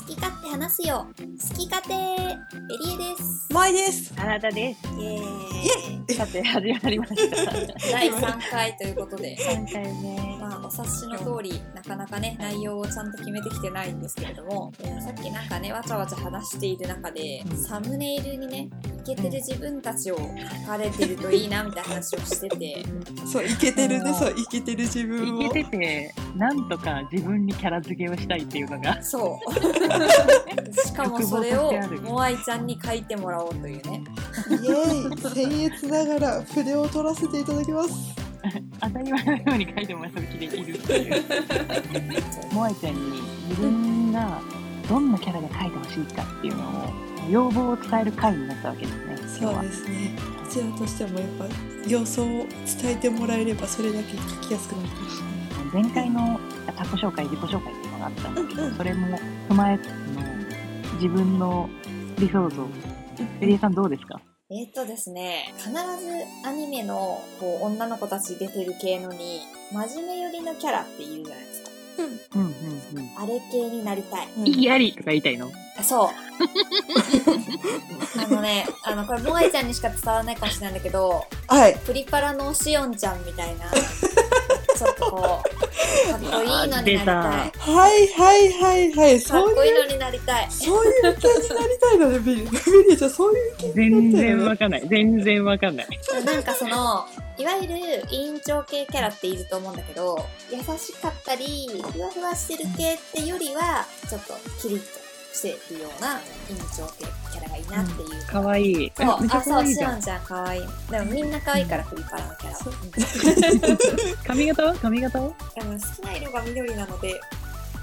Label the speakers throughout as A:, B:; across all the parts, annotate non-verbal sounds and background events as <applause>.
A: 好き勝手話すよ好き勝手ベリエです
B: まいです。
C: あなたです。
A: イエーイ
C: <laughs> さて始まりました。
A: 第3回ということで
C: 三回目。
A: まあお察しの通りなかなかね内容をちゃんと決めてきてないんですけれどもいやさっきなんかねわちゃわちゃ話している中で
B: うん
A: サムネイルにねイケてる自分たちを書かれてるといいなみたいな話をしてて
B: そう、イケてるね、
C: うん
B: そう、イケてる自分
C: い
B: を。
C: けてて、なんとか自分にキャラ付けをしたいっていうの <laughs> が。
A: そう <laughs> しかもそれをモアイちゃんに書いてもらおうというね
B: イエーイ、僭越ながら、筆を取らせていただきます。
C: 当たり前のように書いてもらった時でいるっていう。モアイちゃんに自分がどんなキャラで書いてほしいかっていうのを要望を伝える回になったわけですね。今日
B: そう
C: は。
B: ですね。こちらとしても、やっぱ、様相を伝えてもらえれば、それだけ書きやすくなるかもし
C: 前回の自己紹介、自己紹介っていうのがあったんだけ
B: うんう
C: ど、
B: ん
C: それも踏まえつつの自分の理想像。ベリエさんどうですか？
A: えーっとですね、必ずアニメのこう女の子たち出てる系のに、真面目寄りのキャラっているじゃないですか。
C: うんうんうん。
A: あれ系になりたい。
B: れない。
C: 意義ありとか <laughs> 言いたいの
A: あそう。あのね、 <laughs> あの、これ、モアイちゃんにしか伝わらないかもしれないんだけど、
B: はい。
A: プリパラのシオンちゃんみたい <laughs> な、ちょっとこう、かっこいいのになりたい
C: 出た。
B: はいはいはいはい。
A: かっ
B: そう
A: こい
B: いう、
A: いのになりたい。
B: そういう気になりたいのね、ビリ。ビリちゃん、そういう気
C: 全
B: になった
C: 然
B: よ
C: わ
B: ね。
C: かんない。全然わかんない。
A: なんかその、いわゆる委員長系キャラっていると思うんだけど、優しかったり、ふわふわしてる系ってよりは、ちょっとキリッとしてるような委員長系キャラがいいなっていう。
C: かわいい。
A: そう、
C: めっちゃ
A: あ、
C: か
A: そ
C: わ
A: う、
C: いい
A: シ
C: じ
A: オ
C: ゃん。
A: ンちゃん可愛い。でもみんな可愛いから、フリパラのキャラは。
C: 髪型は髪型は
A: あの好きな色が緑なので、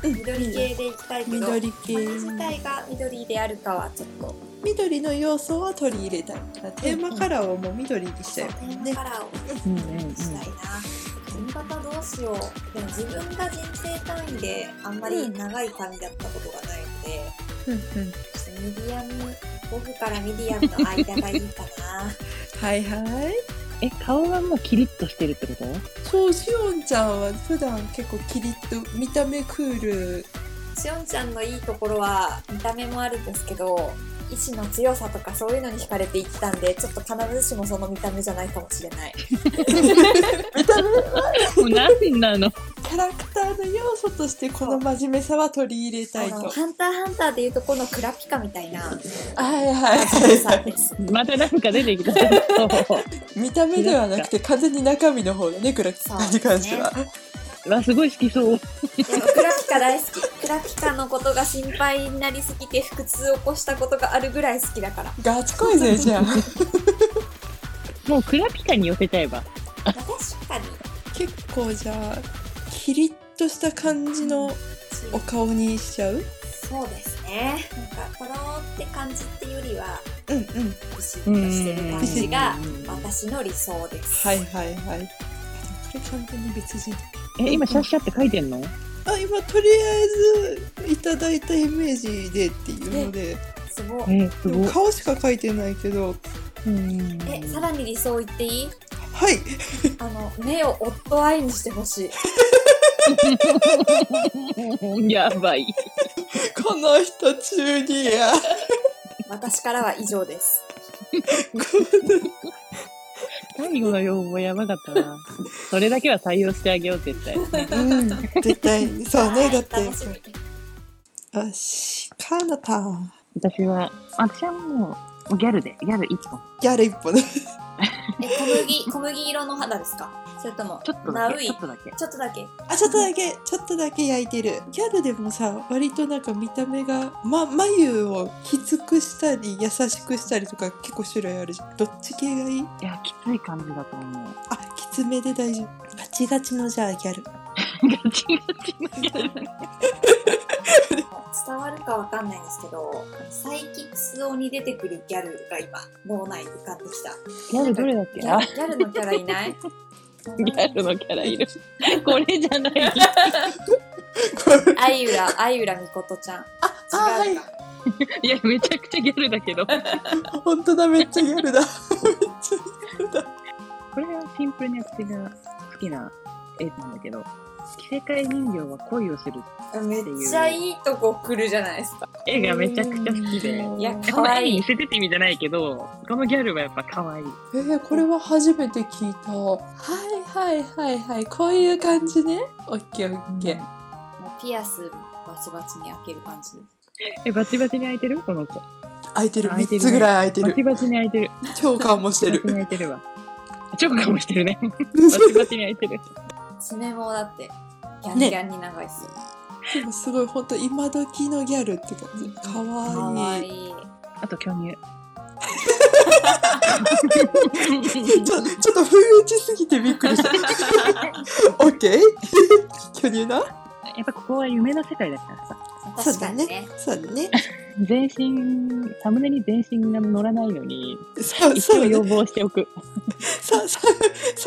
A: 緑系でいきたいけど、
B: 緑系。
A: 私自体が緑であるかはちょっと、
B: 緑の要素は取り入れたい。テーマカラーをもう緑にしちゃえばいいね
A: カ。ラーを
C: うんうんうん。
A: したいな髪型どうしようでも自分が人生単位であんまり長い髪だったことがないので、
B: うんうん
A: ちょっとミディアムオフからミディアムの間がいいかな
B: はいはい。
C: え、顔がもうキリッとしてるってこと
B: そう、しおんちゃんは普段結構キリッと見た目クール。
A: しおんちゃんのいいところは見た目もあるんですけど意志の強さとかそういうのに惹かれていったんでちょっと必ずしもその見た目じゃないかもしれない
C: もう何なの
B: キャラクターの要素としてこの真面目さは取り入れた
A: あ
B: い
A: の「
B: と。
A: ハンターハンター」でいうとこのクラピカみたいな
B: はいはい。
A: 強さです
C: またなんか出てきた。
B: 見た目ではなくて完全に中身の方だね、クラキさんに関しては。
C: わ、すごい好きそう。
A: でもクラピカ大好きクラピカのことが心配になりすぎて腹痛を起こしたことがあるぐらい好きだから
B: ガチ恋勢じ <laughs> ゃん。
C: もうクラピカに寄せちゃえば。
A: 確かに
B: 結構じゃあ、キリッとした感じのお顔にしちゃう
A: そうですねなんかとろーって感じっていうよりは
B: うんうん。
A: ビシッとしてる感じが
C: うん
A: 私の理想です
B: はいはいはい。あでもこれ完全に別人。
C: え、今、シャッシャって書いてんの
B: あ、今とりあえずいただいたイメージでっていうので。
A: すごい
C: え、す
B: で
C: ご
B: も
C: い。
B: 顔しか描いてないけど、
C: うん
A: えさらに理想言っていい
B: はい、 <laughs>
A: あの目を夫愛にしてほしい
C: <laughs> やばい。
B: この人中にや。
A: 私からは以上です
C: 最後の要望やばかったな。それだけは採用してあげよう、絶対。
B: うん、絶 <laughs> 対に、そうね、だって。
A: 楽しみ
B: よし、かなた。
C: 私は、私はもう、ギャルで、ギャル一本。
B: ギャル一本ね。
A: え小麦小麦色の肌ですかそれとも
C: ちょっと
A: ナ
C: だ
A: ウ
C: け、
A: イ
C: ちょ
A: ち
C: っとだけ。
A: ょっとだけ
B: あ、ちょっとだけ、ちょっとだけ焼いてる。ギャルでもさ、割となんか見た目が、ま、眉をきつくしたり、優しくしたりとか、結構種類あるじゃん。どっち系がいい
C: いや、きつい感じだと思う。 <laughs>
B: あ、きつめで大丈夫。ガチガチのじゃあギャル。
C: ガチガチのギャル。
A: 伝わるかわかんないんですけどサイキックス王に出てくるギャルが今脳内に浮かんできた
C: ギャルどれだっけ
A: ギャ
C: あ
A: ルギャルのキャラい <laughs> ない
C: ギャルのキャラ
B: <laughs>
C: いる。これじゃない。
A: あいうらあいうらみことちゃん
B: あ、
A: 違
B: は
A: う
B: い。
A: か
C: いや、めちゃくちゃギャルだけど。こ
B: ほんとだ、めっちゃギャルだ。めっちゃ
C: れはシンプルに私が好きな絵なんだけど、季正解人形は恋をする
A: めっちゃいいとこ来るじゃないですか。
C: 絵がめちゃくちゃ好きで。
B: うん
A: いや
C: え
A: か
C: この
A: わ
C: 絵
A: い
C: に
A: い
C: 似。せてって意味じゃないけど、このギャルはやっぱ可愛い。
B: えー、これは初めて聞いた。はいはいはいはい。こういう感じね。オッケーオッケー。
A: もうピアスバチバチに開ける感じ。
C: え、バチバチに開いてるこの子。
B: 開いてる。
C: 開いて
B: 3
C: る
B: つぐらい開いて
C: バチ
B: <laughs> る。
C: バチに開いてる。
B: 超感もして
C: バチバ
B: る
C: チ。に開いてるわ。 <laughs> チョコかもしてるね。バチバチに開いてる。
A: 爪もだってギャンギャンに長いっすよ。
B: でもすごい、本当今時のギャルって感じ。か
A: か
B: わ
A: わ
B: いい。
A: いい。
C: あと巨乳。
B: ちょちょっと不意打ちすぎてびっく <laughs> りした。オッケー巨乳な
C: <laughs> やっぱここは夢の世界だからさ。
A: 確かにね。
B: そうだね。
C: 全身、サムネに全身が乗らないのに、
B: そう
C: 一
B: そ
C: 応
B: うね
C: 要。望しておく。
B: さ、さ、サ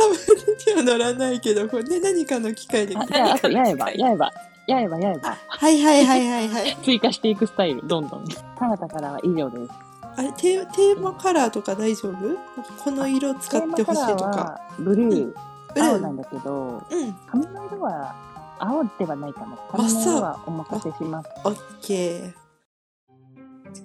B: ムネには乗らないけど、これね、何かの機会で。
C: あ
B: は
C: じゃあ、あと、やえば、やえば、やえば、やえば、
B: いはいはいはいはい。
C: 追加していくスタイル、どんどん。彼方からは以上です。
B: あれ、テーテーマカラーとか大丈夫なんかこの色使ってほしいとか。。
C: ブルー、
B: うん
C: 青なんだけど、
B: うん。
C: 髪の色は青ではないかな。
B: 真
C: 髪の
B: っ青
C: 色はお任せします。
B: オッケー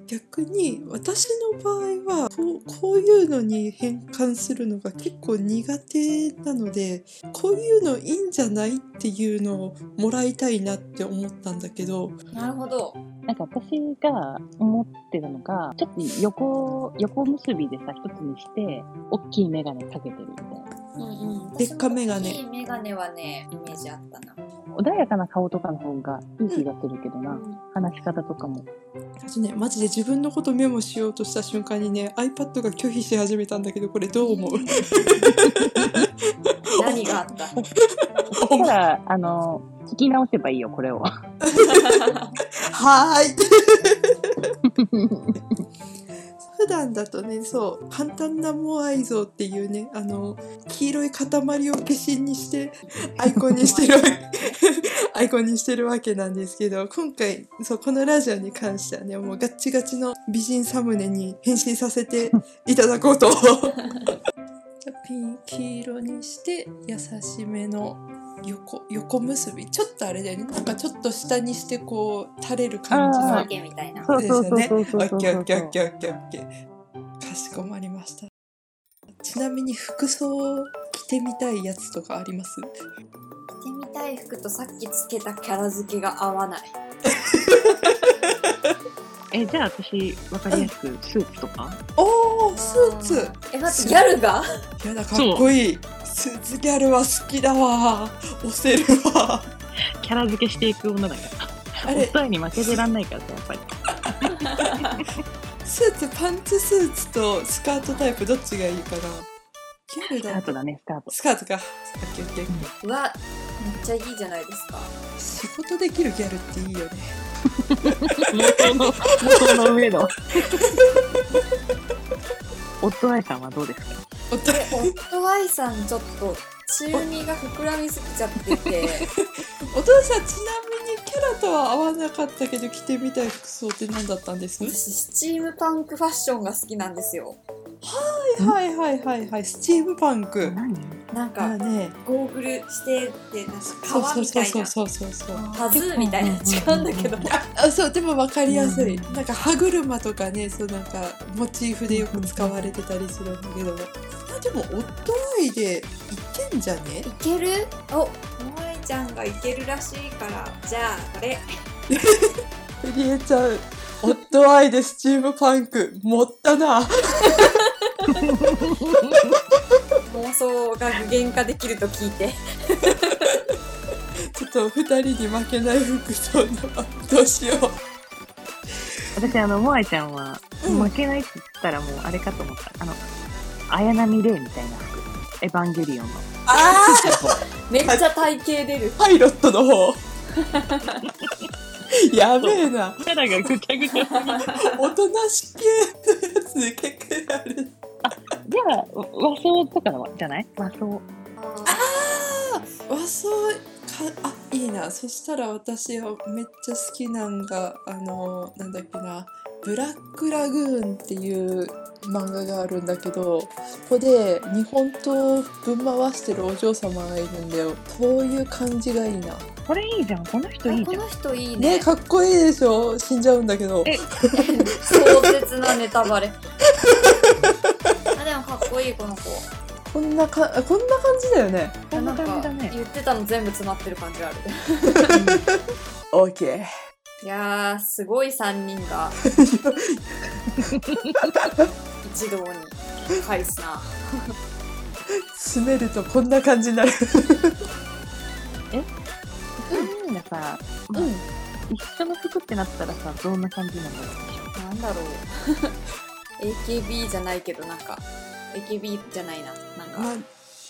B: 逆に私の場合はこうこういうのに変換するのが結構苦手なのでこういうのいいんじゃないっていうのをもらいたいなって思ったんだけど
A: なるほど。
C: なんか私が思ってるのが、ちょっと横、横結びでさ、一つにして、大きいメガネかけてるみたいな。
A: うんうん。
B: でっかメガネ
A: 私も大きいメガネはね、イメージあったな。
C: 穏やかな顔とかの方がいい気がするけどな。話し方とかも。
B: あとねマジで自分のことメモしようとした瞬間にね iPad が拒否し始めたんだけどこれどう思う
A: 何があ <laughs> った
C: そした <laughs> ら、あの、聞き直せばいいよ、これを。
B: はーい普段だとねそう簡単なモアイ像っていうねあの黄色い塊を化身にしてアイコンにしてるわけアイコンにしてるわけなんですけど今回そうこのラジオに関してはねもうガッチガチの美人サムネに変身させていただこうとピン黄色にして優しめの横横結びちょっとあれだよねなんかちょっと下にしてこう垂れる感じ
A: お
B: の
A: まけみたいな。
C: そうそうそうそう
B: オ
C: そうそ
B: ッ
C: う
B: ケーオッケーオッケーオッケーオッケー。かしこまりました。ちなみに服装着てみたいやつとかあります？
A: 着てみたい服とさっきつけたキャラ付けが合わない。
C: え、じゃあ私、わかりやすく、スーツとか
B: おおスーツ。
A: え、待って、ギャルが
B: やだかっこいい。スーツギャルは好きだわ。押せる
A: <laughs>
B: わ。
C: キャラ付けしていく女だか
B: あ
C: ら。おっ
B: れ
C: さんに負けてらんないからさ、やっぱり。
B: スーツパンツスーツとスカートタイプどっちがいいかな。ギャル
C: スカー
B: だ。
C: トだね、スカート。
B: スカートか。オッケーオッケー。
A: うわ、めっちゃいいじゃないですか。
B: 仕事できるギャルっていいよね。
C: 元の、元の上 <laughs> の。夫愛さんはどうですか
B: おっと
A: え、夫愛さんちょっと中身が膨らみすぎちゃってて、
B: お父さんちなみにキャラとは合わなかったけど着てみたい服装って何だったんですは
A: <laughs> 私、スチームパンクファッションが好きなんですよ。
B: いはいはいはいはいスチームパンク
C: 何
A: なん
B: あ
A: か、
B: ね
A: ゴーグルしてって、なん
B: そう
A: か皮
B: そう
A: み
B: そ
A: た
B: う
A: い
B: そう
A: な。
B: そうそうそう
A: パズーみ <laughs> たいな
C: 結
A: 違
C: 構
A: うんだけど。
B: あそうでも分かりやすい、
C: う
B: なんか歯車とかねそうなんかモチーフでよく使われてたりするんだけどあでも夫愛でいけんじゃね
A: いけるお、もえちゃんがいけるらしいから、じゃあ、これ。
B: りえちゃん夫愛でスチームパンク持ったな
A: 妄想が具現化できると聞いて
B: ちょっと二人に負けない服装のどうしよう
C: 私、あの、モアイちゃんは、
B: うん
C: 負けないって言ったらもうあれかと思った。あの、綾波レイみたいな服。エヴァンゲリオンの。
B: ああ
A: めっちゃ体型出る
B: <laughs> パイロットの <laughs> 方やべえな
C: キャラがぐちゃぐ <laughs> ちゃすぎる。
B: おとなし系のやつで結構やる
C: じゃあ、和装とかはじゃない和装。
B: 和装かあいいなそしたら私はめっちゃ好きなんがあのなんだっけなブラックラグーンっていう漫画があるんだけどここで日本刀ぶん回してるお嬢様がいるんだよこういう感じがいいな
C: これいいじゃんこの人いい
A: こ
C: じゃん
A: の人いいね
B: ねかっこいいでしょ死んじゃうんだけど
C: え
A: 壮絶なネタバ
C: <laughs>
A: レあでもかっこいいこの子
B: こんなかこんな感じだよね
C: こんな感じだ
A: なんか
C: ね
A: 言ってたの全部詰まってる感じある
B: オー <laughs> ケ
A: いやーすごい3人
C: <laughs>
A: が一堂に返すな
B: ー詰めるとこんな感じになる
C: 3人がさ
B: うん
C: 一緒の服ってなったらさどんな感じなんだろう
A: なんだろう AKB じゃないけどなんか AKB じゃないななんか
B: ま
A: 衣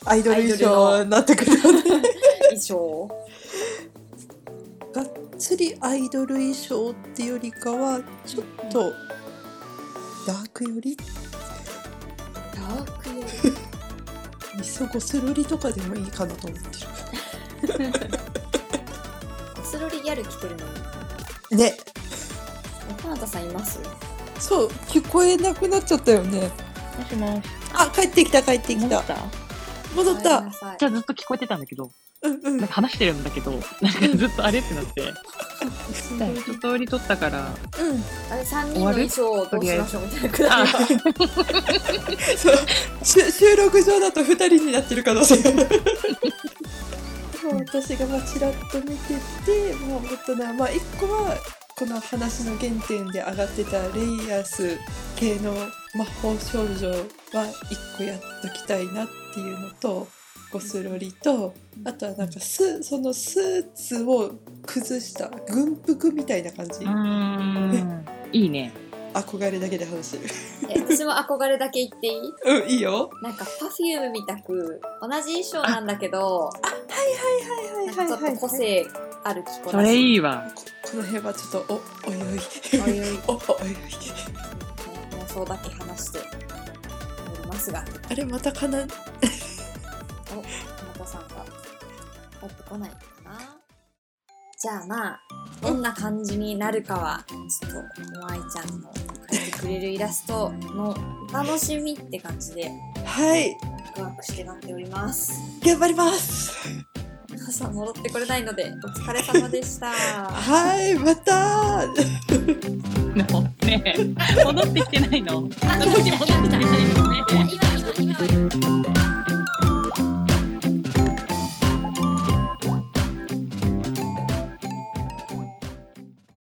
B: あアイドル衣装になってくるよね
A: 装
B: がっつりアイドル衣装ってよりかはちょっとダークより
A: ダークより
B: いっそゴスロリとかでもいいかなと思って
A: ゴスロリギャル着てるのに
B: るね
A: えかなたさんいます
B: そう聞こえなくなっちゃったよね
C: もしもし
B: あ帰ってきた帰ってき
C: 戻
B: た
C: った
B: 戻っ
A: ごめん
B: た
A: なさい
C: じゃあずっと聞こえてたんだけど
B: うんうん
C: なんか話してるんだけどなんかずっとあれってなって一通り撮ったから
B: うん
A: あれ3人の衣装をどうしましょうみたいなくだ
C: あ
A: り
B: そう収収録上だと2人になってる可能 <laughs> 性が今私がまあちらっと見てて、まあ、思ったのは、まあ、1個はこの話の原点で上がってたレイアス系の魔法少女は1個やっときたいなっていうのとゴスロリとあとはなんかスそのスーツを崩した軍服みたいな感じ
C: うーんいいね
B: 憧れだけで話してる
A: え私も憧れだけ言っていい
B: うんいいよ
A: なんか Perfume みたく同じ衣装なんだけど
B: <laughs> はい
A: なんかちょっと個性ある着こ
C: そ
A: な
C: れ
A: し
C: いいわ
B: ここの辺はちょっとおおいおい
A: おいおい
B: おおいおい
A: 妄想だけ話しておりますが
B: あれまたかな
A: 田中さんが帰ってこないかなじゃあまあどんな感じになるかはちょっとモアイちゃんの描いてくれるイラストのお楽しみって感じで
B: はい
A: ワクワクしてなっております
B: 頑張ります
A: 皆さん戻ってこれないのでお疲れ様でした
B: <laughs> はいまた
C: のねえ戻ってきてないの私戻ってきてないのね
A: 今今今